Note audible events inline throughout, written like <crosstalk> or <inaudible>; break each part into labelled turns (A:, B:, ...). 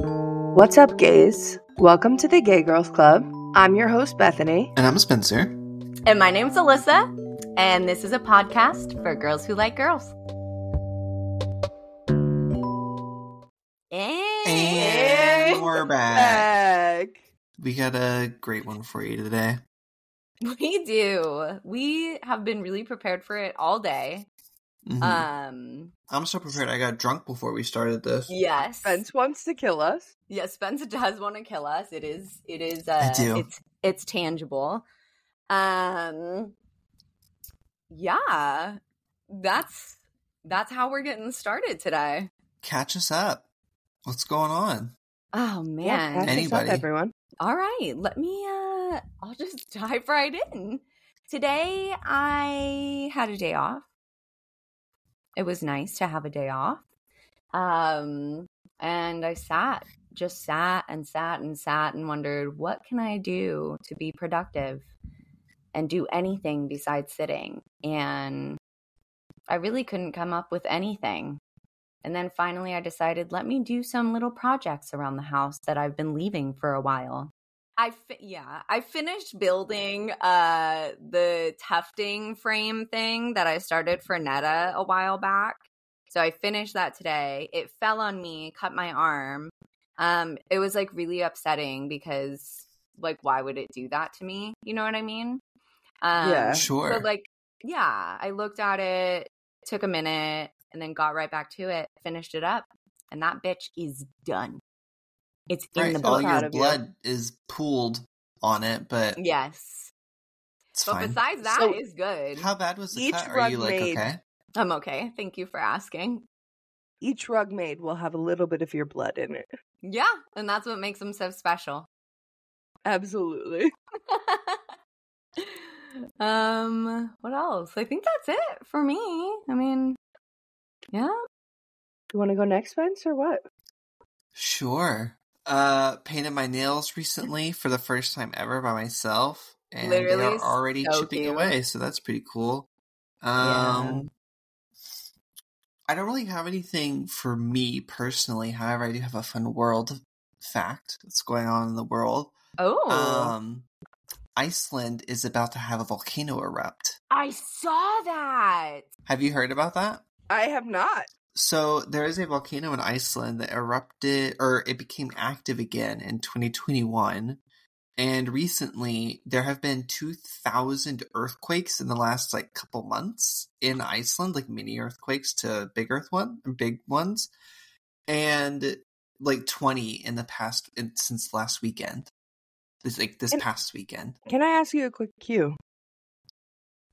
A: What's up, gays? Welcome to the Gay Girls Club. I'm your host, Bethany.
B: And I'm Spencer.
C: And my name's Alyssa, and this is a podcast for girls who like girls.
B: And
C: And
B: we're back.
A: Back.
B: We got a great one for you today.
C: <laughs> we do. We have been really prepared for it all day.
B: Mhm.
C: Um,
B: I'm so prepared. I got drunk before we started this.
C: yes,
A: Spence wants to kill us.
C: yes. Spence <laughs> does want to kill us. It is. It is. Uh,
B: I do.
C: It's it's tangible. Um, yeah, that's that's how we're getting started today.
B: Catch us up. What's going on?
C: Oh man,
A: catch us up,
B: Anybody.
A: everyone.
C: All right, let me uh <laughs> I'll just dive right in. Today I had a day off. It was nice to have a day off. Um and I sat, just sat and sat and sat and wondered what can I do to be productive and do anything besides sitting? And I really couldn't come up with anything. And then finally, I decided, let me do some little projects around the house that I've been leaving for a while. I fi- yeah, I finished building uh the tufting frame thing that I started for Netta a while back. So I finished that today. It fell on me, cut my arm. Um it was like really upsetting because like why would it do that to me? You know what I mean? Um
A: Yeah.
B: Sure.
C: so like, yeah, I looked at it, took a minute, and then got right back to it, finished it up, and that bitch is done. It's in
B: right. oh,
C: the
B: All
C: book.
A: Proud
B: your
A: of you.
B: blood is pooled on it, but
C: Yes.
B: it's
C: But
B: fine.
C: besides that
A: So-
C: is good.
B: How bad was the
A: Each
B: cut? Are
A: rug
B: you like
A: made-
B: okay?
C: I'm okay. Thank you for asking.
A: Each rug made will have a little bit of your blood in it.
C: Yeah, and that's what makes them so special. <laughs>
A: Absolutely.
C: um, what else? I think that's it for me. I mean, yeah.
A: You want to go next, Spence, or what?
B: Sure. Uh, painted my nails recently for the first time ever by myself, and they
C: Literally
B: are already
C: so
B: chipping
C: cute.
B: away, so that's pretty cool. Um,
C: Yeah.
B: I don't really have anything for me personally. However, I do have a fun world fact that's going on in the world.
C: Oh,
B: Um, Iceland is about to have a volcano erupt.
C: I saw that.
B: Have you heard about that?
A: I have not.
B: So there is a volcano in Iceland that erupted or it became active again in 2021. And recently there have been 2000 earthquakes in the last like couple months in Iceland, like mini earthquakes to big earth one, big ones. And like 20 in the past in- since last weekend. This like this
A: And-
B: past weekend.
A: Can I ask you a quick cue?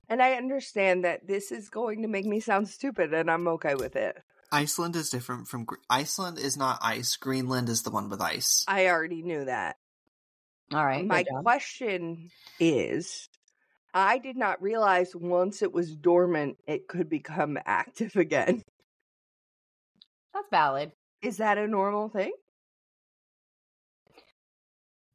A: And I understand that this is going to make me sound stupid, and I'm okay with it.
B: Iceland is different from Gre- Iceland is not ice. Greenland is the one with ice.
A: I already knew that.
B: Oh
C: All right.
A: My
C: good job.
A: question is I did not realize once it was dormant, it could become active <laughs> again.
C: That's valid.
A: Is that a normal thing?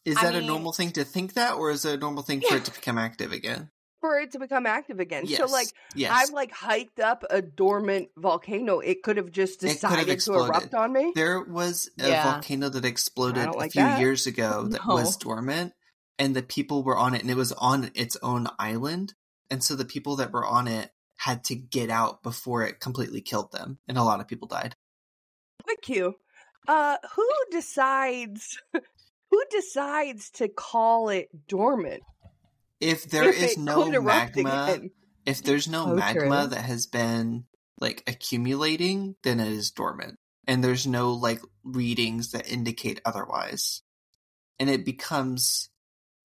B: Is
C: I
B: that a
C: mean-
B: normal thing to think that, or is it a normal thing for it to become active again?
A: For it to become active again.
B: Yes.
A: So, like,
B: yes.
A: I've like hiked up a dormant volcano. It could have just
B: It could have
A: decided to
B: exploded.
A: erupt on me.
B: there was a
C: Yeah.
B: volcano that exploded a
A: like
B: few
A: that. <laughs>
B: years ago that
C: No.
B: was dormant, and the people were on it, and it was on its own island, and so the people that were on it had to get out before it completely killed them, and a lot of people died.
A: Quick cue. Uh, who decides? <laughs> Who decides to call it dormant?
B: If there is
A: if it
B: no
A: could erupt
B: magma,
A: again?
B: if there's no
C: Oh,
B: magma
C: true.
B: that has been like accumulating, then it is dormant. And there's no like readings that indicate otherwise. And it becomes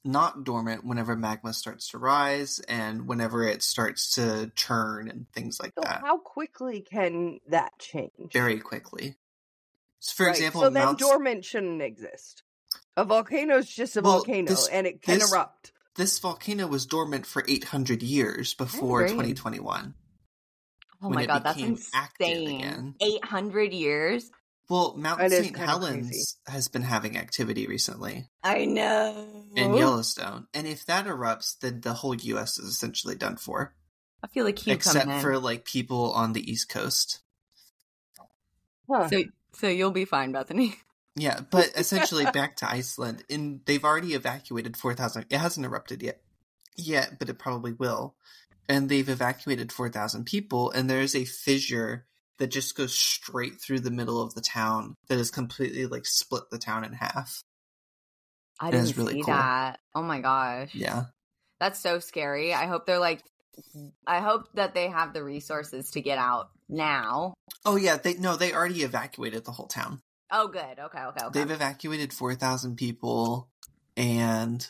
B: not dormant whenever magma starts to rise and whenever it starts to churn and things like
A: So
B: that
A: how quickly can that change?
B: very quickly. So for
A: Right,
B: example,
A: so
B: Mount
A: then dormant shouldn't exist. A volcano is just a
B: Well,
A: volcano,
B: this-
A: and it can
B: this-
A: erupt.
B: this volcano was dormant for 800 years before
C: agree.
B: 2021.
C: Oh
B: when
C: my
B: it
C: god, that's
B: became active
C: insane.
B: again.
C: Eight hundred years.
B: Well, Mount
A: That is
B: St.
A: kinda
B: Helens
A: crazy.
B: has been having activity recently.
C: I know.
B: in Yellowstone. And if that erupts, then the whole U.S. is essentially done for,
C: I feel like you
B: except
C: coming
B: for
C: in.
B: like people on the East Coast.
A: Huh.
C: So, so you'll be fine, Bethany. <laughs>
B: Yeah, but essentially back to Iceland, and they've already evacuated 4,000. It hasn't erupted yet, yet, but it probably will. And they've evacuated 4,000 people, and there's a fissure that just goes straight through the middle of the town that has completely like split the town in half.
C: I
B: It
C: didn't
B: is really
C: see
B: cool.
C: that. Oh my gosh.
B: Yeah,
C: That's so scary. I hope they're like I hope that they have the resources to get out now.
B: Oh yeah, they no, they already evacuated the whole town.
C: Oh good. Okay, okay, okay.
B: They've evacuated four thousand people, and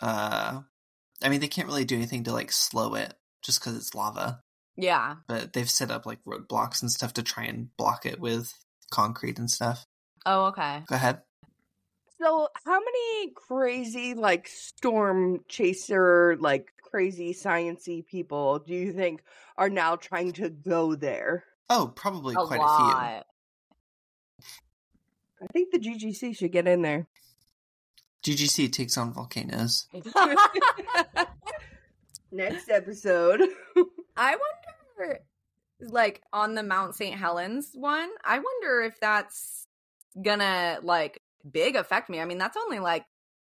B: uh, I mean they can't really do anything to like slow it just because it's lava.
C: yeah.
B: But they've set up like roadblocks and stuff to try and block it with concrete and stuff.
C: Oh, okay.
B: Go ahead.
A: So, how many crazy, like, storm chaser, like, crazy sciency people do you think are now trying to go there?
B: Oh, probably
C: a
B: quite a few.
C: lot.
A: I think the GGC should get in there.
B: GGC takes on volcanoes.
C: <laughs>
A: Next episode. <laughs>
C: I wonder like on the Mount St. Helens one, I wonder if that's gonna like big affect me. I mean, that's only like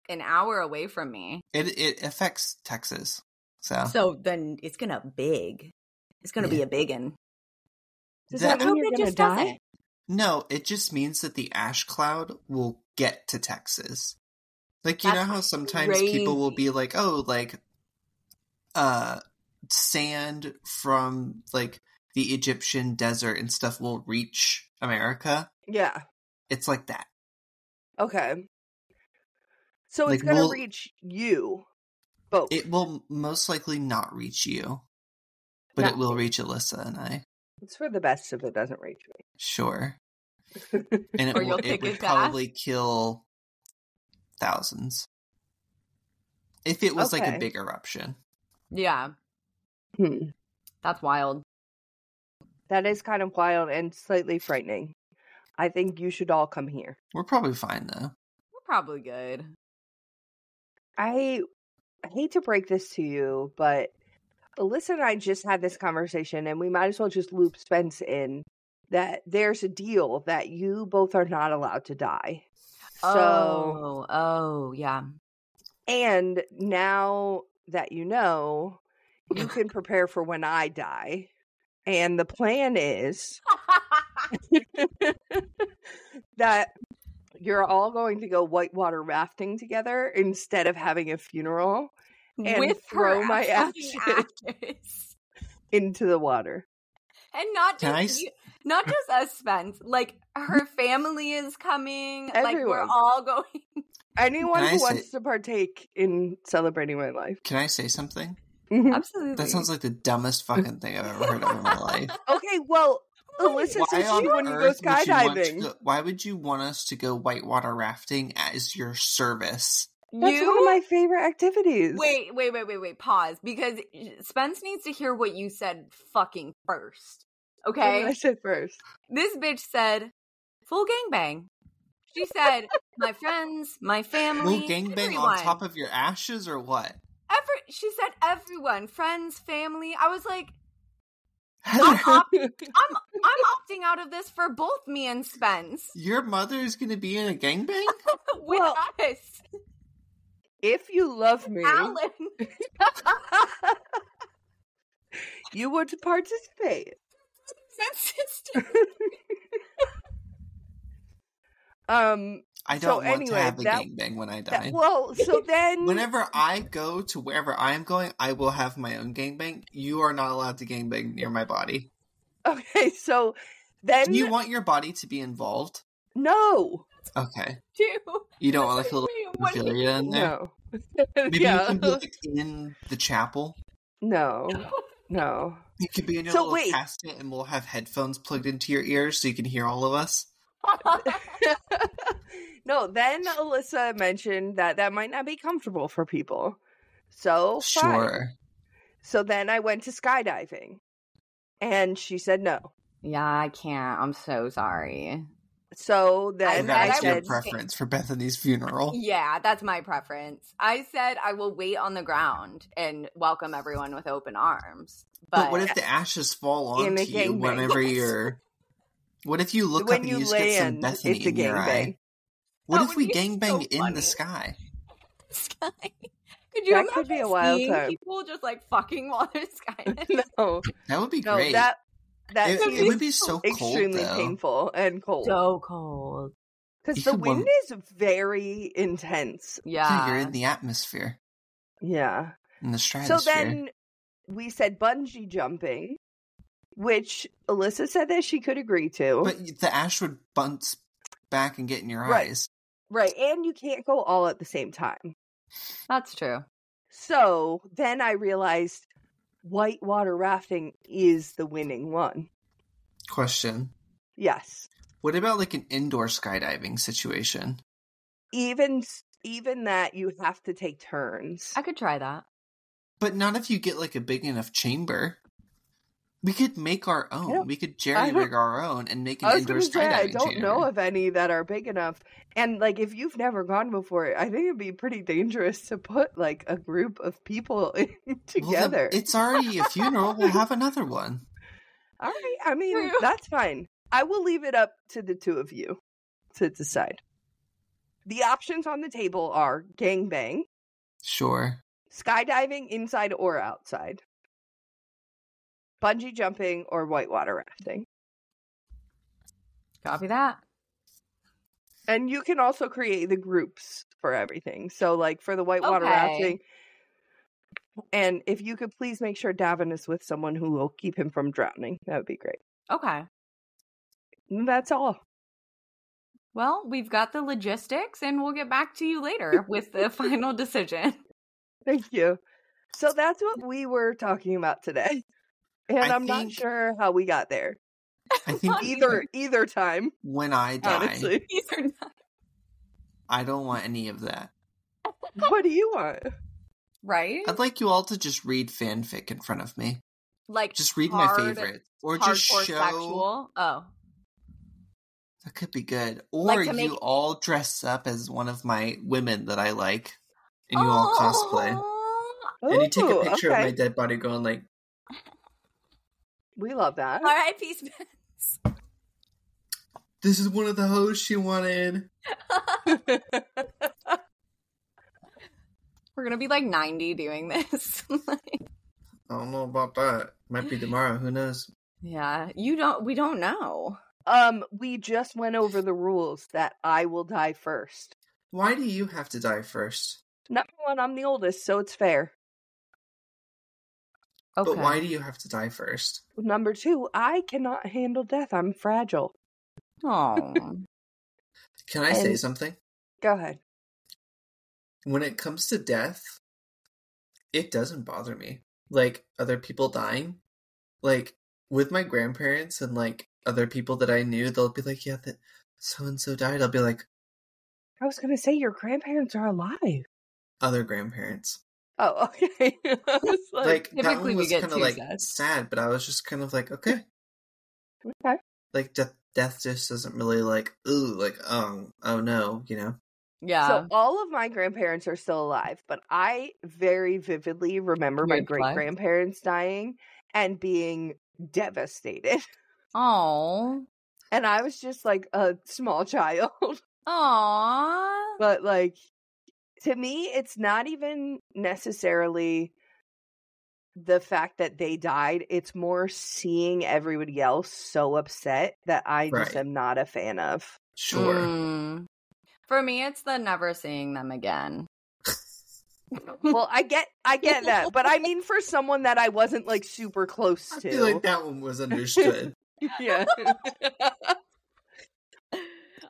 C: an hour away from me.
B: It it affects Texas. So,
C: So then it's gonna big. It's gonna be
B: Yeah.
C: a big one.
A: Does
B: That-
A: that mean you're gonna die?
B: no, it just means that the ash cloud will get to Texas. Like you
C: That's
B: know how sometimes people will
C: crazy.
B: be like, "Oh, like uh sand from like the Egyptian desert and stuff will reach America."
A: Yeah.
B: It's like that.
A: Okay. So
B: Like,
A: it's gonna
B: we'll-
A: reach you. Both.
B: It will most likely not reach you, but
A: Yeah.
B: it will reach Alyssa and I.
A: It's for the best if it doesn't reach me.
B: Sure. And it,
C: Or
B: will-
C: you'll
B: it
C: kick
B: would
C: his ass?
B: probably kill thousands. If it was like
A: Okay.
B: a big eruption.
C: Yeah,
A: <laughs> Hmm.
C: that's wild.
A: That is kind of wild and slightly frightening. I think you should all come here.
B: We're probably fine though.
C: We're probably good.
A: I I hate to break this to you, but Alyssa and I just had this conversation, and we might as well just loop Spence in that there's a deal that you both are not allowed to die. So,
C: oh, oh, yeah. <laughs>
A: and now that you know, you can prepare for when I die. And the plan is that you're all going to go whitewater rafting together instead of having a funeral. And throw
C: her
A: my
C: fucking
A: ashes.
C: ashes. <laughs>
A: into the water.
C: and not
B: Can I
C: just
B: s-
C: you, not just us, Spence. Like her family is coming. Like we're
A: Everyone.
C: all going.
A: Anyone
B: Can I
A: who
B: say-
A: wants to partake in celebrating my life.
B: Can I say something?
A: <laughs> Mhm.
C: Absolutely.
B: That sounds like the dumbest fucking thing I've ever heard of
A: <laughs>
B: in my life.
A: okay, well, Alyssa
B: Why
A: says
B: on
A: she wouldn't go
B: earth would you want to
A: skydiving.
B: go- why would you want us to go whitewater rafting as your service?
A: That's
C: you
A: one
B: <laughs>
A: of my favorite activities.
C: wait, wait, wait, wait, wait. Pause because Spence needs to hear what you said fucking first.
A: What did
C: Okay.
A: I said first.
C: this bitch said full gangbang. She said, "My friends, my family,
B: Will gangbang
C: everyone."
B: on top of your ashes or what?
C: Every, she said everyone, friends, family. I was
A: <laughs>
C: like,
B: Heather,
C: op- I'm I'm opting out of this for both me and Spence.
B: your mother is going to be in a gangbang?
C: <laughs> With
A: Well,
C: us,
A: If you love me,
C: Alan.
A: <laughs> you would participate.
C: Spence's <laughs> sister.
A: Um,
B: I
A: So
B: don't want
A: anyway,
B: to have a
A: that-
B: gangbang when I die.
A: that- well, <laughs> so then
B: Whenever I go to wherever I am going, I will have my own gangbang. You are not allowed to gangbang near my body.
A: okay, so then
B: Do you want your body to be involved?
A: no,
B: Okay.
C: too.
B: You don't want like a little
C: What do you-
B: pedophilia in there?
A: <laughs> no,
B: Maybe you
A: yeah, <laughs>
B: can be like in the chapel.
A: no, no. <laughs>
B: You could be in your
A: So
B: little
A: wait.
B: casket and we'll have headphones plugged into your ears so you can hear all of us.
C: <laughs>
A: no, then Alyssa mentioned that that might not be comfortable for people. So fine.
B: Sure.
A: So then I went to skydiving, and she said no.
C: yeah, I can't. I'm so sorry.
A: So then
C: glad
A: I,
B: That's
C: I
B: your
A: said,
C: would-
B: preference for
A: <laughs>
B: Bethany's funeral.
C: Yeah, that's my preference. I said I will wait on the ground and welcome everyone with open arms.
B: But,
C: But,
B: what
C: <laughs>
B: if the ashes fall
A: In
B: onto
A: a
B: you
A: gangbang.
B: whenever you're? What if you look up
A: when
B: and
A: you
B: you just get some
A: land,
B: Bethany
A: it's a
B: in your eye?
A: gangbang.
B: What
C: That
B: if
C: would
B: we
C: be
B: gangbang
C: so
B: in
C: funny.
B: the sky?
C: sky. <laughs> Could you
A: That
C: imagine
A: could be a wild
C: seeing
A: time.
C: people just like fucking while they're
B: <laughs>
C: skydiving?
A: <laughs> no,
B: That would be
A: no,
B: great.
A: that that
B: it,
C: would
B: it
A: seems
B: would be so
A: extremely
B: cold, though.
A: painful and cold
C: so cold.
B: You
A: because the
B: should
A: wind
B: want-
A: is very intense.
B: Yeah,
C: Yeah.
B: you're in the atmosphere,
A: Yeah.
B: in the
A: So
B: stratosphere.
A: then we said bungee jumping, which Alyssa said that she could agree to.
B: but the ash would bounce back and get in your
A: Right.
B: eyes.
A: right, and you can't go all at the same time.
C: That's true.
A: So then I realized whitewater rafting is the winning one.
B: Question:
A: Yes.
B: What about like an indoor skydiving situation?
A: Even s- even that you have to take turns.
C: I could try that.
B: But not if you get like a big enough chamber. We could make our own.
A: don't-
B: We could jerry
A: don't-
B: rig our own and make an
A: I was
B: indoor
A: going to say I
B: skydiving
A: don't
B: chamber.
A: know of any that are big enough. And like if you've never gone before, I think it'd be pretty dangerous to put like a group of people <laughs> in
B: Well, then
A: together.
B: it's already a funeral. we'll have another one.
A: All right, I mean
C: True.
A: that's fine. I will leave it up to the two of you to decide. The options on the table are gangbang,
B: Sure.
A: skydiving inside or outside, bungee jumping, or whitewater rafting.
C: Copy that.
A: And you can also create the groups for everything. So, like for the whitewater
C: Okay.
A: rafting, and if you could please make sure Davin is with someone who will keep him from drowning, that would be great.
C: Okay.
A: And that's all.
C: Well, we've got the logistics and we'll get back to you later with
B: <laughs>
C: the final decision.
A: Thank you. So that's what we were talking about today. <laughs> And
B: I
A: I am not
B: think-
A: sure how we got there.
B: I
A: <laughs>
B: think
A: Either either time,
B: when I die,
A: honestly.
C: <laughs> These are not
B: I don't want any of that.
A: what do you want?
C: right.
B: I'd like you all to just read fanfic in front of me.
C: Like
B: Just read
C: hard-
B: my favorites, or just
C: hardcore
B: show.
C: sexual. Oh,
B: That could be good. Or
C: Like to
B: you
C: make-
B: all dress up as one of my women that I like, and you all
C: <laughs>
B: cosplay.
C: Aw.
B: And you take a
A: Ooh,
B: picture
A: okay.
B: of my dead body going like,
A: We love that.
C: R.I.P. Spence.
B: "This is one of the hoes she wanted."
C: We're gonna be like ninety doing this. <laughs>
B: I don't know about that. Might be tomorrow. Who knows?
C: yeah, you don't. We don't know.
A: <laughs> Um, we just went over the rules that I will die first.
B: Why do you have to die first?
A: Number one, I'm the oldest, so it's fair.
C: Okay.
B: But why do you have to die first?
A: Number two, I cannot handle death. I'm fragile.
C: <laughs> Aw.
B: Can I say
A: And-
B: something?
A: Go ahead.
B: When it comes to death, it doesn't bother me. Like other people dying, like with my grandparents and like other people that I knew, they'll be like, "Yeah, that so and so died." I'll be like,
A: I was gonna say your grandparents are alive.
B: "Other grandparents."
A: Oh, <laughs> okay. I was
B: Like that
C: typically
B: one
C: we
B: was
C: get
B: kind of
C: two
B: like
C: sets.
B: sad, but I was just kind of like, "Okay."
A: okay.
B: Like death, death just doesn't really like, ooh, like oh, oh no, you know.
C: yeah.
A: So all of my grandparents are still alive, but I very vividly remember my
C: Red flag.
A: great grandparents dying and being devastated. <laughs>
C: Aw.
A: And I was just like a small child. <laughs>
C: Aw.
A: but like to me it's not even necessarily the fact that they died, it's more seeing everybody else so upset that I
B: Right.
A: just am not a fan of.
B: Sure.
C: Mm. For me, it's the never seeing them again.
A: Well, I get I get that, but
B: <laughs>
A: I mean for someone that I wasn't like super close to.
B: I feel like that one
C: <laughs>
B: was understood.
A: <laughs> yeah.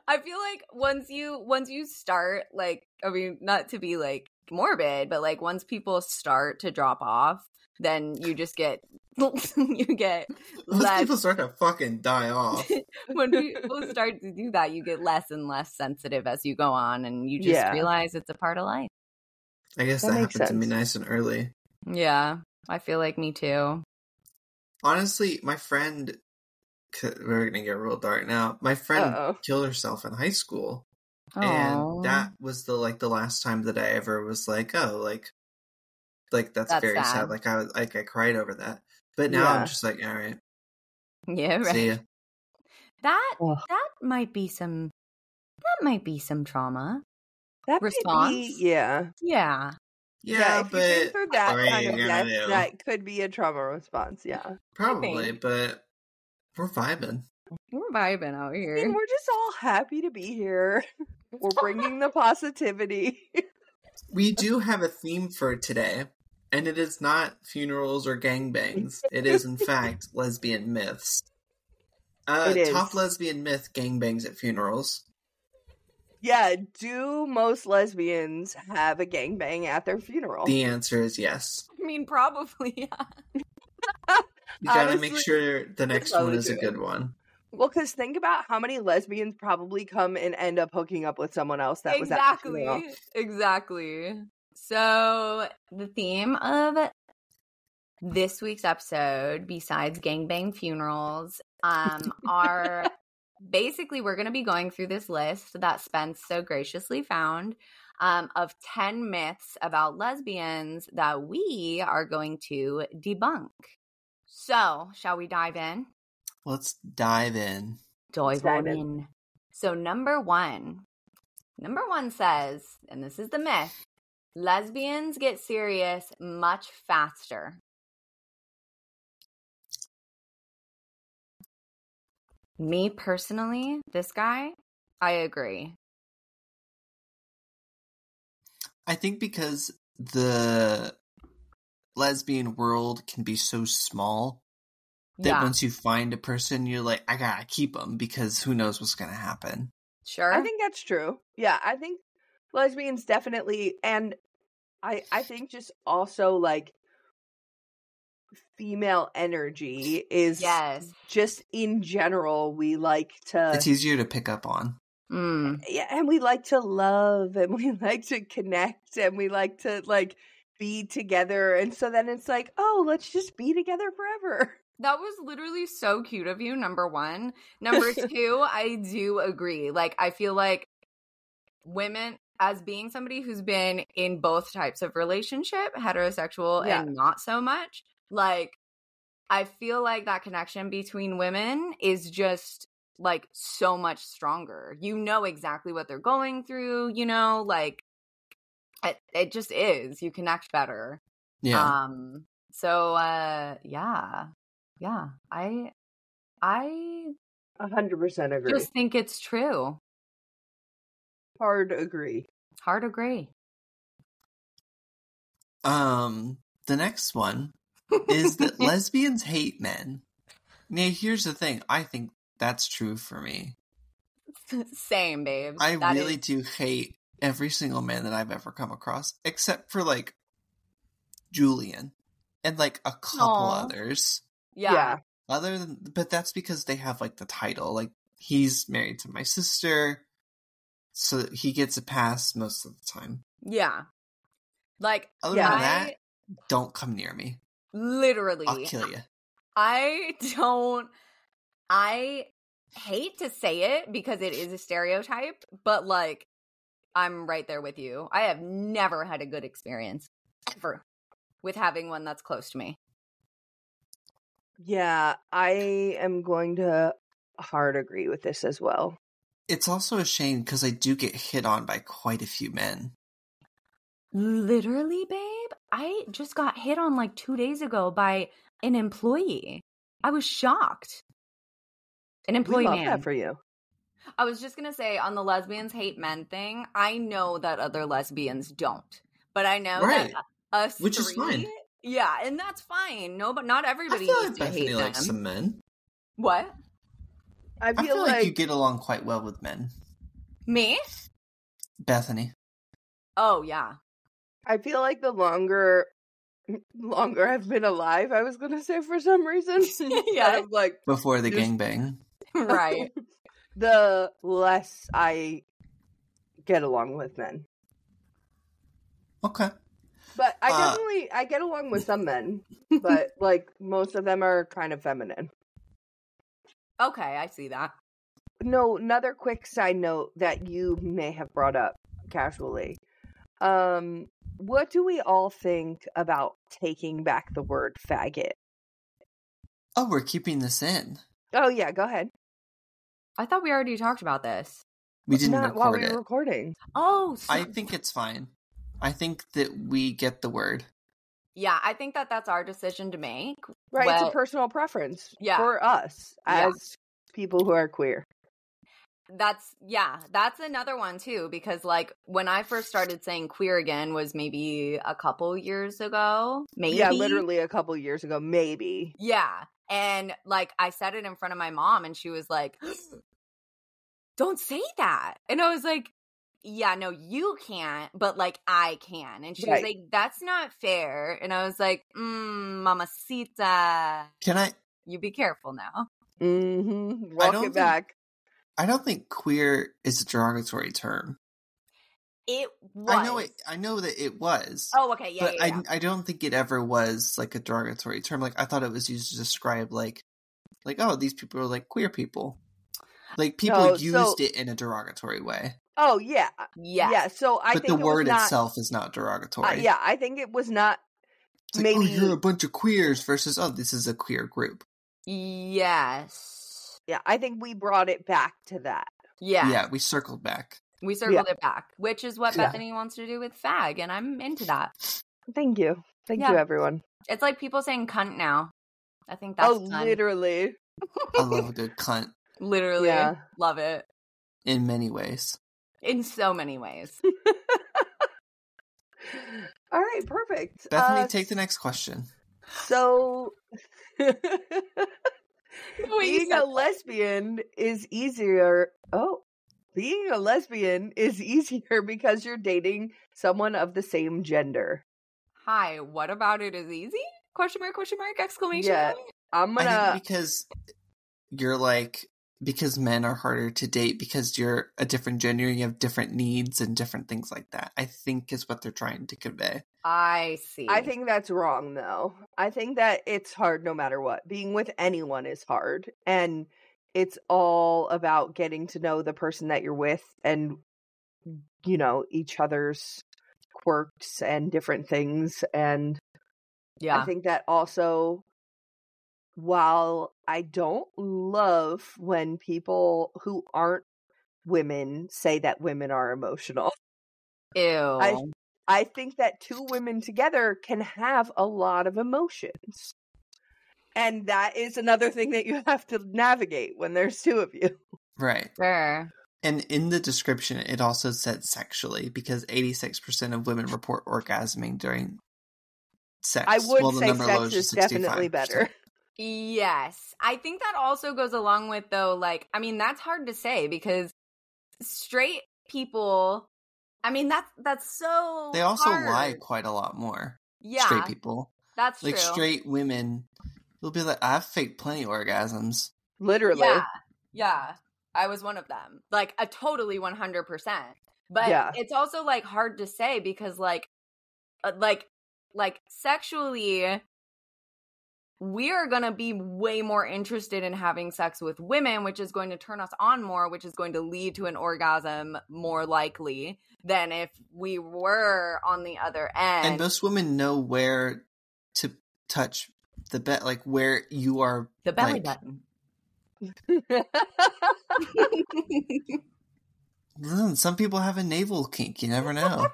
C: I feel like once you once you start like I mean not to be like morbid but like once people start to drop off then you just get <laughs> you get
B: Once
C: less
B: people start to fucking die
C: <laughs>
B: off.
C: when people start to do that you get less and less sensitive as you go on and you just
A: Yeah.
C: realize it's a part of life.
B: I guess
A: That
B: that, happened
A: makes
B: to me
A: sense.
B: nice and early.
C: Yeah. I feel like me too.
B: Honestly, my friend, 'cause we're gonna get real dark now. My friend
A: Uh-oh.
B: killed herself in high school,
C: Aw.
B: and that was the like the last time that I ever was like, oh, like, like that's,
C: That's
B: very sad.
C: sad.
B: Like I was like I cried over that, but now
A: Yeah.
B: I'm just like,
A: <laughs>
B: all right,
C: <laughs> yeah, right.
B: see ya.
C: That
A: Ugh.
C: that might be some that might be some trauma.
A: That could
C: Response?
A: be, yeah.
C: Yeah.
A: Yeah,
B: Yeah,
A: if you
B: but
A: answered that
B: I mean,
A: kind of
B: you
A: yes,
B: know.
A: that could be a trauma response. Yeah,
B: probably,
C: think.
B: but we're vibing.
C: We're vibing out
A: I mean,
C: here.
A: we're just all happy to be here. <laughs> We're bringing the positivity. <laughs>
B: We do have a theme for today, and it is not funerals or gangbangs. It is,
A: <laughs>
B: in fact, lesbian myths. Uh,
A: It is.
B: Top lesbian myth gangbangs at funerals.
A: yeah, do most lesbians have a gangbang at their funeral?
B: The answer is yes.
C: I mean, probably. <laughs> Yeah.
B: You gotta make
A: Honestly,
B: sure the next
A: probably
B: one is a
A: do.
B: good one.
A: Well, because think about how many lesbians probably come and end up hooking up with someone else that was at the
C: exactly.
A: funeral.
C: exactly. So the theme of this week's episode, besides gangbang funerals, um,
A: <laughs>
C: are basically we're going to be going through this list that Spence so graciously found um, of 10 myths about lesbians that we are going to debunk. So, shall we dive in?
B: Let's dive in.
C: Dive on
A: Dive in.
C: in. So, number one, number one says, and this is the myth lesbians get serious much faster. Me personally, this guy, I agree.
B: I think because the lesbian world can be so small that
C: yeah,
B: once you find a person, you're like, I gotta keep them because who knows what's gonna happen.
C: sure.
A: I think that's true. Yeah, I think lesbians definitely, and I I think just also like female energy is
C: yes.
A: just in general we like to
B: It's easier to pick up on.
C: Mm.
A: yeah, and we like to love and we <laughs> like to connect and we like to like be together and so then it's like oh let's just be together forever
C: That was literally so cute of you, number one. Number two, I do agree. Like, I feel like women, as being somebody who's been in both types of relationship, heterosexual
A: Yeah.
C: and not so much, like, I feel like that connection between women is just like so much stronger. You know exactly what they're going through, you know, like, it, it just is. You connect better.
B: Yeah.
C: Um so uh yeah. Yeah. I I
A: 100% agree
C: just think it's true.
A: hard agree
C: Hard agree.
B: Um, the next one is
C: <laughs>
B: that lesbians hate men. Now, here's the thing. I think that's true for me.
C: <laughs> same, babes.
B: I
C: That
B: really
C: is-
B: do hate every single man that I've ever come across, except for like Julian and like a couple
C: Aw.
B: others.
C: yeah.
A: yeah.
B: Other than, but that's because they have like the title. Like he's married to my sister, so he gets a pass most of the time.
C: Yeah. Like
B: Other
A: Yeah.
B: than
C: I
B: that, don't come near me.
C: literally
B: I'll kill you.
C: I <laughs> don't I hate to say it because it is a stereotype, but like I'm right there with you. I have never had a good experience ever with having one that's close to me.
A: yeah i am going to hard agree with this as well
B: It's also a shame because I do get hit on by quite a few men.
C: Literally, babe, I just got hit on like two days ago by an employee. I was shocked. An
A: we
C: employee
A: love
C: man.
A: that for you
C: I was just gonna say on the lesbians hate men thing. I know that other lesbians don't, but I know
B: Right.
C: that us,
B: Which is
C: three-
B: fine.
C: Yeah, and that's fine. No, but not
B: I
C: everybody
B: feel
C: needs
B: like
C: to hate
B: Bethany
C: them.
B: likes some men.
C: What
A: i
B: I
A: feel,
B: feel like,
A: like
B: you get along quite well with men,
C: me?
B: Bethany.
C: Oh yeah,
B: <laughs>
A: I feel like the longer longer I've been alive, I was gonna say for some reason.
C: Yeah.
A: yeah. Of like
B: Before the
A: Just-
B: gangbang.
C: right.
A: <laughs> the less I get along with men.
B: Okay.
A: But I
B: Uh,
A: definitely I get along with some men. But like most of them are kind of feminine.
C: okay, I see that.
A: No, another quick side note that you may have brought up casually. Um what do we all think about taking back the word faggot?
B: Oh, we're keeping this in.
A: Oh yeah, go ahead.
C: I thought we already talked about this.
B: We didn't
A: Not while
B: record
A: we
B: it.
A: were recording.
C: Oh,
B: I
C: so-
B: think it's fine. I think that we get the word.
C: yeah. I think that that's our decision to make.
A: Right.
C: Well-
A: it's a personal preference
C: Yeah.
A: for us
C: Yeah.
A: as people who are queer.
C: That's yeah, that's another one too because like when I first started saying queer again was maybe a couple years ago, maybe
A: Yeah, literally a couple years ago, maybe.
C: Yeah. And like I said it in front of my mom and she was like, <gasps> "Don't say that." And I was like, "Yeah, no, you can't, but like I can." And she was
A: Right.
C: like, "That's not fair." And I was like, "Mm, mamacita,
B: Can I?
C: you be careful now."
A: Mm-hmm.
B: I
A: Walk
B: don't
A: it
B: think-
A: back.
B: I don't think queer is a derogatory term.
C: It was
B: I know it. I know that it was.
C: Oh, okay. Yeah,
B: but
C: yeah, yeah.
B: I, I don't think it ever was like a derogatory term. Like I thought it was used to describe like, like oh these people are like queer people, like people
A: No, so-
B: used it in a derogatory way.
A: Oh yeah,
C: yeah.
A: yeah. So I
B: but the
A: think it
B: word
A: was not,
B: itself is not derogatory.
A: uh, yeah, I think it was not.
B: it's like oh
A: maybe-
B: you're a bunch of queers versus oh this is a queer group.
C: Yes.
A: Yeah, I think we brought it back to that.
C: Yeah.
B: yeah we circled back.
C: We circled it back, which is what
B: Yeah.
C: Bethany wants to do with fag, and I'm into that.
A: Thank you, thank you,
C: Yeah.
A: everyone.
C: It's like people saying cunt now. I think that's
A: oh,
C: fun.
A: literally.
B: I love
A: <laughs>
B: a good cunt
C: Literally
A: Yeah.
C: love it
B: in many ways.
C: in so
A: <laughs>
C: many ways. <laughs>
A: All right, perfect.
B: Bethany,
A: Uh,
B: take the next question.
C: <laughs>
A: so. <laughs> being
C: said
A: a lesbian is easier. Oh, being a lesbian is <laughs> easier because you're dating someone of the same gender.
C: Hi, what about it is easy? Question mark, question mark, exclamation
A: Yeah.
C: point.
A: I'm gonna.
B: I think because you're like because men are harder to date because you're a different gender and you have different needs and different things like that. I think is what they're trying to convey.
C: I see.
A: I think that's wrong though. I think that it's hard no matter what. Being with anyone is hard and it's all about getting to know the person that you're with and you know each other's quirks and different things and
C: yeah.
A: I think that also while I don't love when people who aren't women say that women are emotional
C: Ew.
A: I think that two women together can have a lot of emotions. And that is another thing that you <laughs> have to navigate when there's two of you.
B: Right.
C: Sure.
B: And in the description it also said sexually because 86% of women report orgasming during sex.
A: I would
B: Well, the
A: say
B: number low
A: sex is definitely
B: 65%.
A: better. <laughs>
C: Yes. I think that also goes along with though like I mean that's hard to say because straight people I mean that's that's so
B: They also
C: hard.
B: lie quite a lot more.
C: Yeah.
B: Straight people.
C: That's
B: Like
C: true.
B: straight women will be like I've faked plenty of orgasms.
A: Literally.
C: Yeah. Yeah. I was one of them. Like a totally 100%. But
A: Yeah.
C: it's also like hard to say because like uh, like like sexually we are going to be way more interested in having sex with women, which is going to turn us on more, which is going to lead to an orgasm more likely than if we were on the other end.
B: and most women know where to touch the bet like where you are
C: the belly
B: like-
C: button. <laughs>
B: Listen, mm, some people have a navel kink you never
C: <laughs>
B: know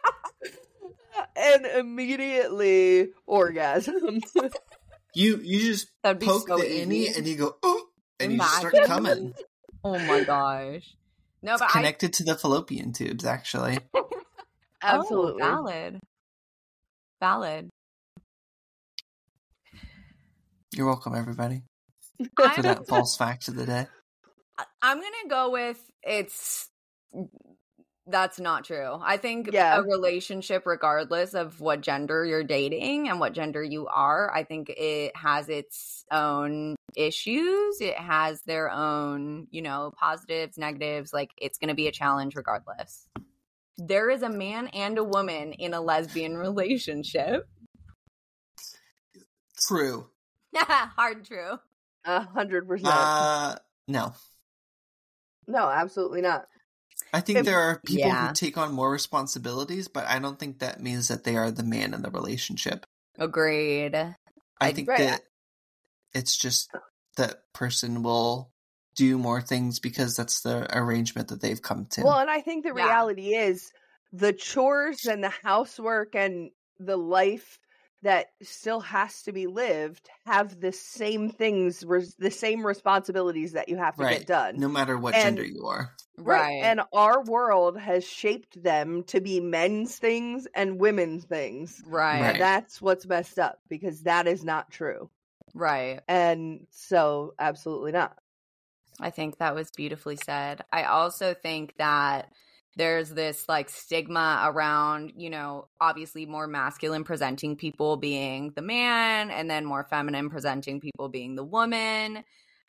A: <laughs> and immediately orgasm. <laughs>
B: you you just
C: That'd be
B: poke
C: so
B: the
C: easy.
B: innie and you go oh and you just start
C: Imagine.
B: coming
C: Oh my gosh. No,
B: it's
C: but I
B: connected to the fallopian tubes
C: <laughs>
B: actually
A: Absolutely.
C: Oh,
A: <laughs>
C: valid. Valid.
B: you're welcome everybody for
C: I'm, <laughs>
B: that false fact of the day
C: I'm going to go with it's mm, that's not true. I think
A: Yeah.
C: a relationship regardless of what gender you're dating and what gender you are, I think it has its own issues. It has their own, you know, positives, negatives, like it's going to be a challenge regardless. There is a man and a woman in a lesbian <laughs> relationship. <laughs>
B: true
C: Hard true.
A: A hundred percent.
B: uh no
A: No, absolutely not.
B: i think
A: If-
B: there are people
C: Yeah.
B: who take on more responsibilities but i don't think that means that they are the man in the relationship
C: Agreed.
B: I
C: Like,
B: think
A: right.
B: that it's just that person will do more things because that's the arrangement that they've come to.
A: Well, and I think the
C: Yeah.
A: reality is the chores and the housework and the life that still has to be lived have the same things, res- the same responsibilities that you have to
B: Right.
A: get done.
B: no matter what
A: and-
B: gender you are.
C: Right.
A: And our world has shaped them to be men's things and women's things.
C: right.
A: And
B: Right.
A: that's what's messed up because that is not true.
C: Right.
A: And so, absolutely not.
C: I think that was beautifully said. I also think that there's this like stigma around, you know, obviously more masculine presenting people being the man and then more feminine presenting people being the woman.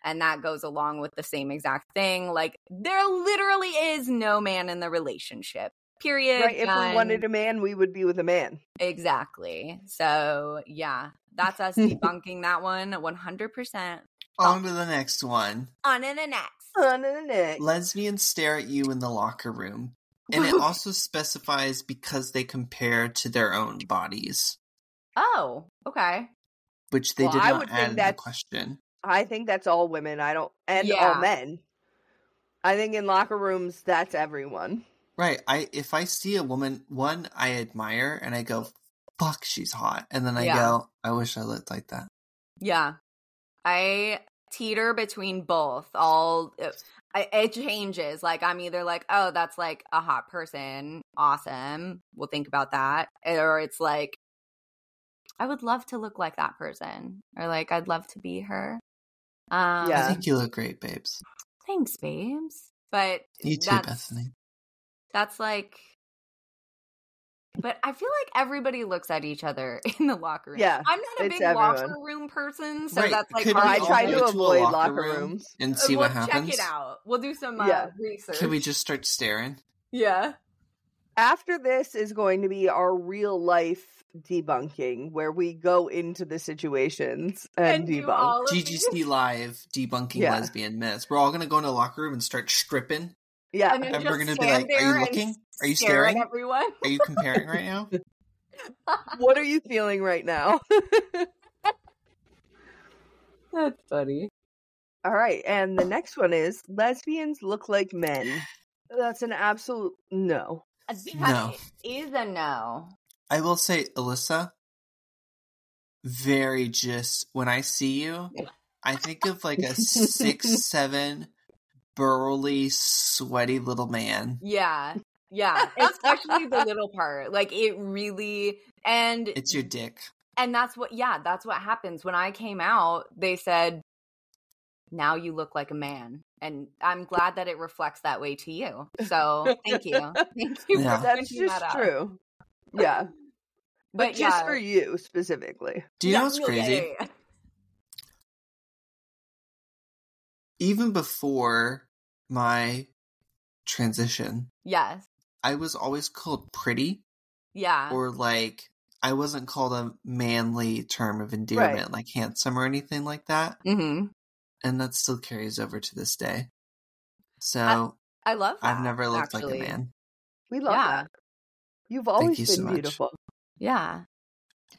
C: And that goes along with the same exact thing. Like, there literally is no man in the relationship, period.
A: right? If we
C: done.
A: wanted a man, we would be with a man.
C: Exactly. So, yeah, that's us debunking that one 100%.
A: Oh.
B: On to the next one.
C: On in the next.
A: On and on.
B: Lesbians stare at you in the locker room. And
A: <laughs>
B: it also specifies because they compare to their own bodies,
C: Oh, okay.
B: which they
A: Well,
B: did
A: I
B: not
A: would think
B: add in the
A: that's-
B: question.
A: I think that's all women. I don't, and all
C: Yeah.
A: men. I think in locker rooms, that's everyone.
B: Right. I if I see a woman one I admire and I go, fuck, she's hot. And then I
C: Yeah.
B: go, I wish I looked like that.
C: Yeah. I teeter between both. All it, I- it changes. Like I'm either like, "Oh, that's like a hot person. Awesome. We'll think about that." Or it's like I would love to look like that person or like I'd love to be her. Um
A: Yeah.
B: I think you look great, babes.
C: thanks, babes. But
B: You too,
C: that's-
B: Bethany.
C: That's like but I feel like everybody looks at each other <laughs> in the locker room.
A: Yeah,
C: I'm not a
A: it's
C: big locker
A: everyone.
C: room person, so
B: Right,
C: that's like
B: could
C: hard
B: we
A: I
B: all
A: try
B: go
A: to
B: a
A: avoid
B: locker
A: locker
B: room?
A: rooms.
B: And see
C: uh, we'll
B: what happens.
C: Check it out. We'll do some uh,
A: Yeah.
C: research.
B: Can we just start staring?
C: Yeah.
A: After this is going to be our real life debunking, where we go into the situations and,
C: And do
A: debunk.
C: all of these?
B: <laughs> GGC Live debunking
A: Yeah.
B: lesbian myths. We're all gonna go into a locker room and start stripping.
A: Yeah,
C: And then
B: And
C: just
B: we're gonna be
C: stand
B: like, "Are you
C: there and
B: looking? Are you
C: stare at
B: staring?
C: everyone. <laughs>
B: Are you comparing right now?
A: <laughs> what are you feeling right now? <laughs>
C: That's funny.
A: All right, and the next one is lesbians look like men. That's an absolute no.
C: Uh,
B: No.
C: Is a no.
B: I will say, Alyssa, very just when I see you, I think of like a six,
C: <laughs>
B: seven, burly, sweaty little man.
C: Yeah. <laughs> Yeah. Especially the little part. Like it really and
B: It's your dick.
C: and that's what yeah, that's what happens. When I came out, they said, Now you look like a man. And I'm glad that it reflects that way to you. So
A: <laughs>
C: thank you. Thank you
B: Yeah.
C: for
A: That's
C: pointing
A: just
C: that out.
A: true.
C: <laughs>
A: Yeah, but,
C: But
A: just
C: yeah.
A: for you specifically.
B: Do you
C: Yeah,
B: know what's
C: no, yeah,
B: crazy?
C: yeah, yeah.
B: Even before my transition,
C: Yes.
B: I was always called pretty
C: Yeah.
B: or like I wasn't called a manly term of endearment,
A: Right.
B: like handsome or anything like that.
C: hmm
B: And that still carries over to this day. So
C: I love that.
B: I've never looked
C: actually.
B: like a man.
A: We love
C: Yeah.
A: that. You've always
B: you so
A: been
B: much.
A: beautiful.
C: Yeah.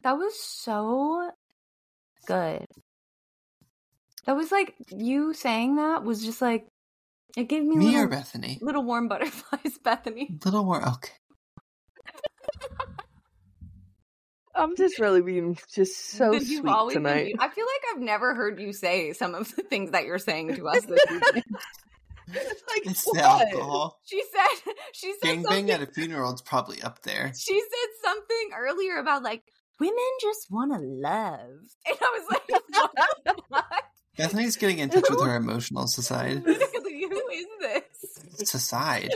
C: That was so good. That was like you saying that was just like it gave me,
B: Me or
C: little,
B: Bethany?
C: little warm <laughs> butterflies, Bethany.
B: Little
A: <laughs>
B: more okay.
A: I'm just really being just so
C: That
A: sweet
C: been
A: tonight.
C: beau- I feel like I've never heard you say some of the things that you're saying to us this evening.
A: <laughs> like
B: It's the
A: what? <laughs>
B: alcohol.
C: She said she said
B: Gangbang
C: something
B: at a funeral is probably up there.
A: <laughs>
C: she said something earlier about like women just wanna love. <laughs> And I was like, what the fuck?
B: Bethany's getting in touch with her emotional side.
C: Literally, <laughs> who is this?
B: Society.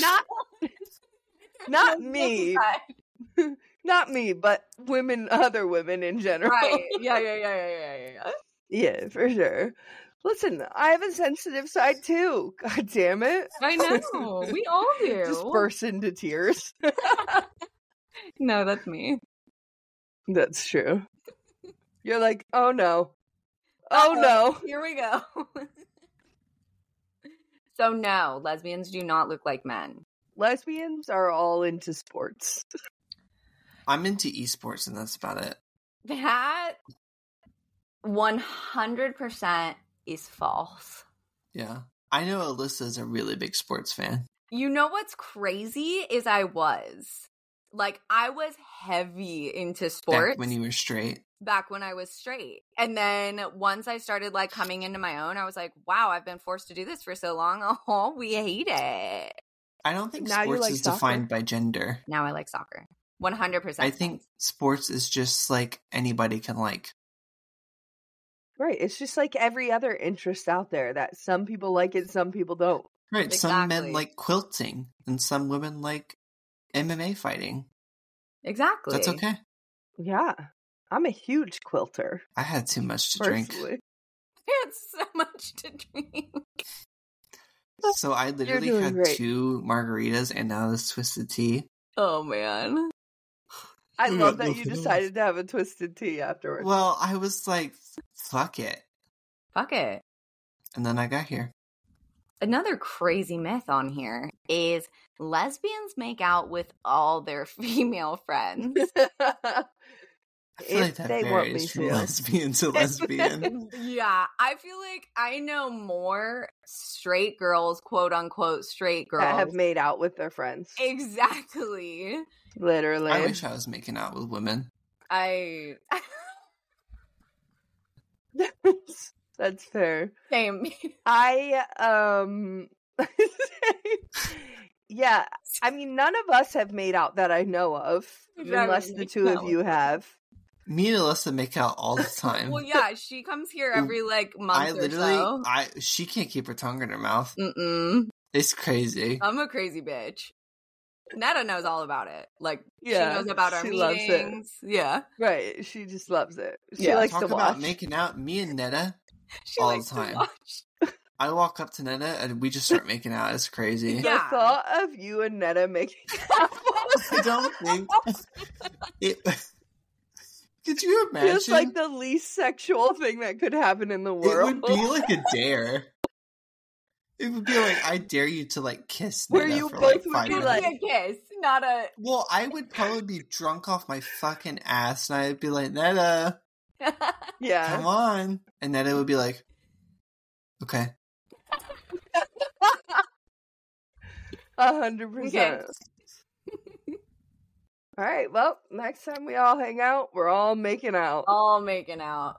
A: Not Not
C: <laughs> Don't
A: me.
C: justify.
A: not me, but women, <laughs> other women in general.
C: Right. Yeah, yeah, yeah, yeah, yeah, yeah, yeah.
A: <laughs> Yeah, for sure. Listen, I have a sensitive side too. God damn it.
C: I know. We all do.
A: Just burst into tears. <laughs>
C: No, that's me.
A: That's true. You're like, oh no. Oh no.
C: Here we go. <laughs> so no, lesbians do not look like men.
A: Lesbians are all into sports.
B: I'm into esports and that's about it.
C: That 100% is false.
B: Yeah. I know Alyssa's a really big sports fan.
C: You know what's crazy is I was like I was heavy into sports
B: Back when you were straight.
C: back when I was straight. And then once I started like coming into my own, I was like, wow, I've been forced to do this for so long. <laughs> Oh, we hate it.
B: I don't think
A: Now you
B: sports
A: like
B: is
A: soccer?
B: defined by gender.
C: Now I like soccer. 100%.
B: I think sports is just like anybody can like.
A: Right. It's just like every other interest out there that some people like it, some people don't.
B: Right. Some men
C: Exactly.
B: like quilting and some women like MMA fighting.
C: Exactly.
B: That's okay.
A: Yeah. I'm a huge quilter.
B: I had too much to drink.
A: Personally.
C: <laughs> It's so much to drink.
B: <laughs> So I literally
A: doing
B: had
A: great.
B: two margaritas and now this twisted tea.
C: Oh, man.
A: I
B: I'm
A: love that
B: not
A: you
B: nothing else.
A: decided to have a twisted tea afterwards. <laughs>
B: Well, I was like, fuck it.
C: Fuck it.
B: And then I got here.
C: Another crazy myth on here is lesbians make out with all their <laughs> female friends.
B: I feel
A: If
B: like that
A: they want me
B: varies
A: <laughs>
B: from
A: to.
B: lesbian to
A: <laughs>
B: lesbian.
C: <laughs> yeah, I feel like I know more straight girls, quote unquote straight girls.
A: that
C: <laughs>
A: have made out with their friends.
C: Exactly.
A: Literally.
B: I wish I was making out with women.
C: I <laughs>
A: <laughs> That's fair.
C: same.
A: I um <laughs> yeah, I mean none of us have made out that I know of
C: Exactly.
A: unless the two of
C: No.
A: you have.
B: Me and Alyssa make out
A: <laughs>
B: all the time.
C: Well, yeah, she comes here every like month
B: I
C: or
B: literally,
C: so.
B: I she can't keep her tongue in her mouth.
C: Mm-mm.
B: It's crazy.
C: I'm a crazy bitch. Netta knows all about it. Like
A: Yeah,
C: she knows about our
A: she loves it.
C: meetings. Yeah, <laughs>
A: Right. She just loves it. She
C: Yeah.
A: likes
B: Talk
A: to
B: about
A: watch.
B: making out. Me and Netta,
C: she
B: All the
C: likes
B: time.
C: to watch.
B: I walk up to Netta and we just start making out. It's crazy.
A: the
C: Yeah.
A: thought of you and Netta making
B: <laughs>
A: <laughs>
B: I don't think it. <laughs> Could you imagine?
A: feels like the least sexual thing that could happen in the
B: it
A: world.
B: would be like a dare. It would be like I dare you to like kiss.
A: Where
B: Netta
A: you
B: for,
A: both
B: like,
A: would
B: five
A: be
C: Give
B: minutes.
A: like-
C: me a kiss, not a. <laughs>
B: Well, I would probably be drunk off my fucking ass, and I'd be like, Netta, come
A: <laughs> yeah.
B: on. And Netta would be like, okay.
A: A hundred percent. All right. Well, next time we all hang out, we're all making out.
C: all making out.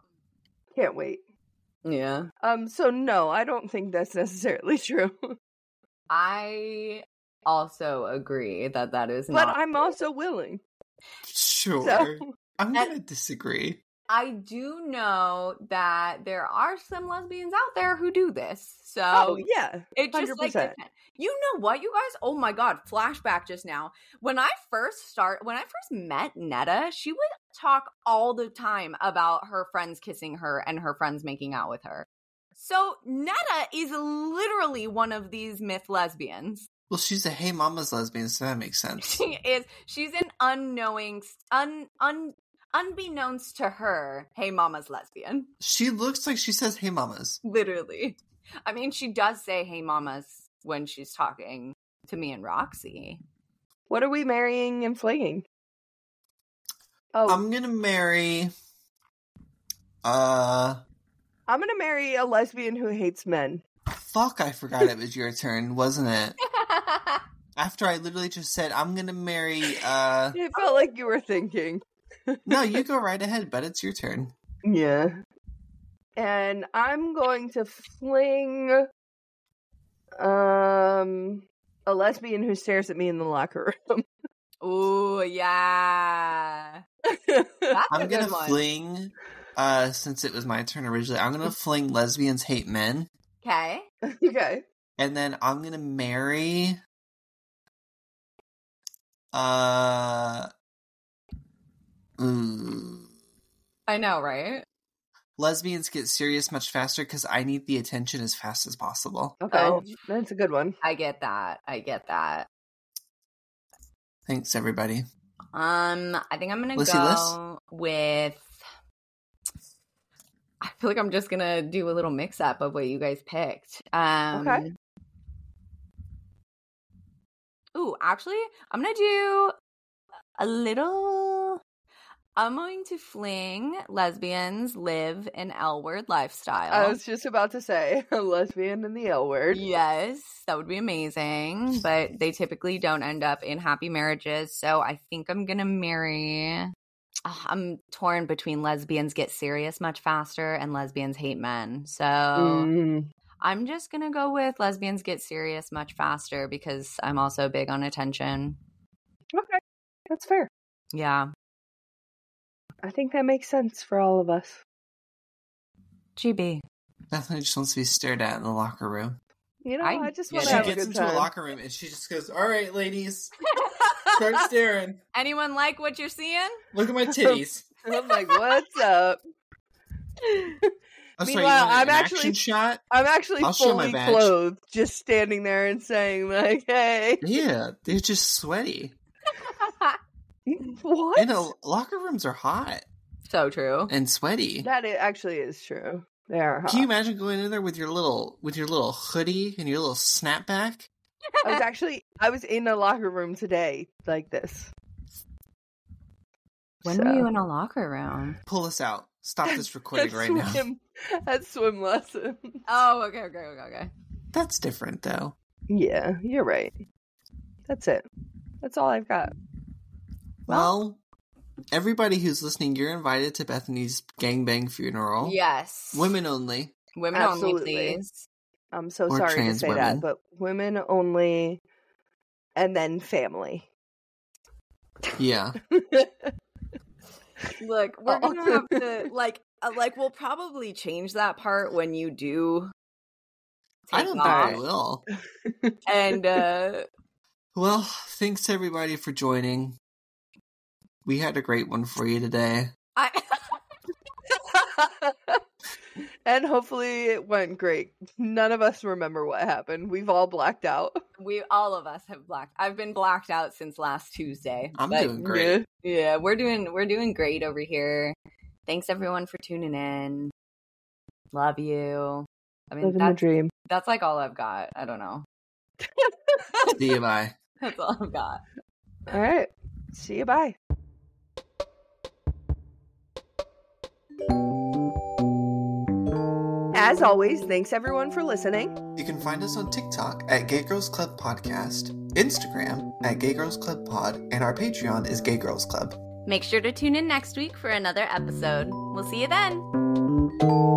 A: Can't wait.
C: Yeah.
A: Um, so no, I don't think that's necessarily <laughs> true.
C: I also agree that that is
A: but
C: not.
A: I'm also willing.
B: Sure.
A: So
B: I'm
C: That-
B: going to disagree.
C: I do know that there are some lesbians out there who do this. So
A: Oh yeah.
C: it just like
A: 100%.
C: depend- you know what, you guys? Oh my god, flashback just now. When I first start when I first met Netta, she would talk all the time about her friends kissing her and her friends making out with her. So Netta is literally one of these myth lesbians. <laughs>
B: Well, she's a hey mama's lesbian, so that makes sense.
C: she is she's an unknowing un un unbeknownst to her hey mama's lesbian <laughs>
B: She looks like she says hey mamas.
C: literally i mean she does say hey mama's when she's talking to me and roxy
A: What are we marrying and flinging? Oh,
B: I'm going to marry. Uh.
A: I'm gonna marry a lesbian who hates men.
B: Fuck, I forgot it was your turn, wasn't it? After I literally just said, I'm going to marry. uh
A: It felt like you were thinking.
B: No, you go right ahead, but it's your turn.
A: Yeah. And I'm going to fling um a lesbian who stares at me in the locker room.
C: <laughs> Ooh, yeah that's a
B: I'm
C: good
B: gonna
C: one
B: fling. Uh, since it was my turn originally, I'm gonna fling lesbians hate men,
C: okay
A: <laughs> okay.
B: and then I'm gonna marry. Uh, ooh.
C: i know right
B: lesbians get serious much faster because I need the attention as fast as possible.
A: Okay.
C: Oh.
A: That's a good one.
C: i get that i get that
B: Thanks, everybody.
C: Um, I think I'm gonna
B: Lissy
C: go with. I feel like I'm just gonna do a little mix up of what you guys picked. Um,
A: Okay.
C: Ooh, actually, I'm gonna do a little. I'm going to fling lesbians live an L word
A: I
C: lifestyle.
B: Oh,
A: was just about to say <laughs> a lesbian and the L word.
C: Yes, that would be amazing. But they typically don't end up in happy marriages. So I think I'm going to marry. Ugh, I'm torn between lesbians get serious much faster and lesbians hate men. So
A: Mm,
C: I'm just going to go with lesbians get serious much faster because I'm also big on attention.
A: okay, that's fair.
C: Yeah.
A: I think that makes sense for all of us.
C: GB.
B: Bethany just wants to be stared at in the locker room.
A: You know, I,
C: I
A: just want
C: get
A: to
C: it.
B: she
A: have a
B: gets
A: good
B: into
A: time.
B: a locker room and she just goes, "All right, ladies, start staring.
C: <laughs> Anyone like what you're seeing? <laughs>
B: Look at my titties."
A: <laughs> I'm like, what's
B: <laughs>
A: up?
B: I'm sorry, you
A: Meanwhile,
B: wanted
A: I'm
B: an
A: actually-
B: action shot.
A: I'm actually
B: I'll show my
A: fully
B: badge.
A: clothed, just standing there and saying like, "Hey,
B: Yeah, they're just sweaty.
A: Mm. what?"
B: And uh, locker rooms are hot
C: so true.
B: and sweaty.
A: That i- actually is true. They are hot.
B: Can you imagine going in there with your little with your little hoodie and your little snapback?
A: I was actually I was in a locker room today like this.
C: When
A: So-
C: were you in a locker room?
B: Pull this out. Stop
A: <laughs>
B: this recording
A: At
B: right now.
A: swim, At swim lesson.
C: Oh, okay, okay, okay, okay.
B: That's different though.
A: Yeah, you're right. That's it. That's all I've got.
B: Well, everybody who's listening, you're invited to Bethany's gangbang funeral.
C: Yes.
B: Women only.
C: Women
A: Absolutely.
C: only, please.
A: I'm so
B: Or
A: sorry to
B: trans
A: say
B: women.
A: that, but women only, and then family.
B: Yeah.
C: Look,
A: we're
B: Oh,
A: gonna have
C: to like, uh, like we'll probably change that part when you do.
B: I don't think I
A: off.
B: will. <laughs>
C: And uh,
B: Well, thanks everybody for joining. We had a great one for you today.
C: I
A: <laughs>
C: <laughs>
A: and hopefully it went great. None of us remember what happened. We've all blacked out.
C: we all of us have blacked. I've been blacked out since last Tuesday.
B: I'm
C: but
B: doing great.
C: yeah, we're doing we're doing great over here. Thanks everyone for tuning in. Love you. I mean,
A: Living the
C: that's,
A: dream.
C: that's like all I've got. I don't know. <laughs>
B: See you bye.
C: That's all I've got.
A: All right. See you. Bye. As always, thanks everyone for listening.
B: You can find us on TikTok at Gay Girls Club Podcast, Instagram at Gay Girls Club Pod, and our Patreon is Gay Girls Club.
C: Make sure to tune in next week for another episode. We'll see you then.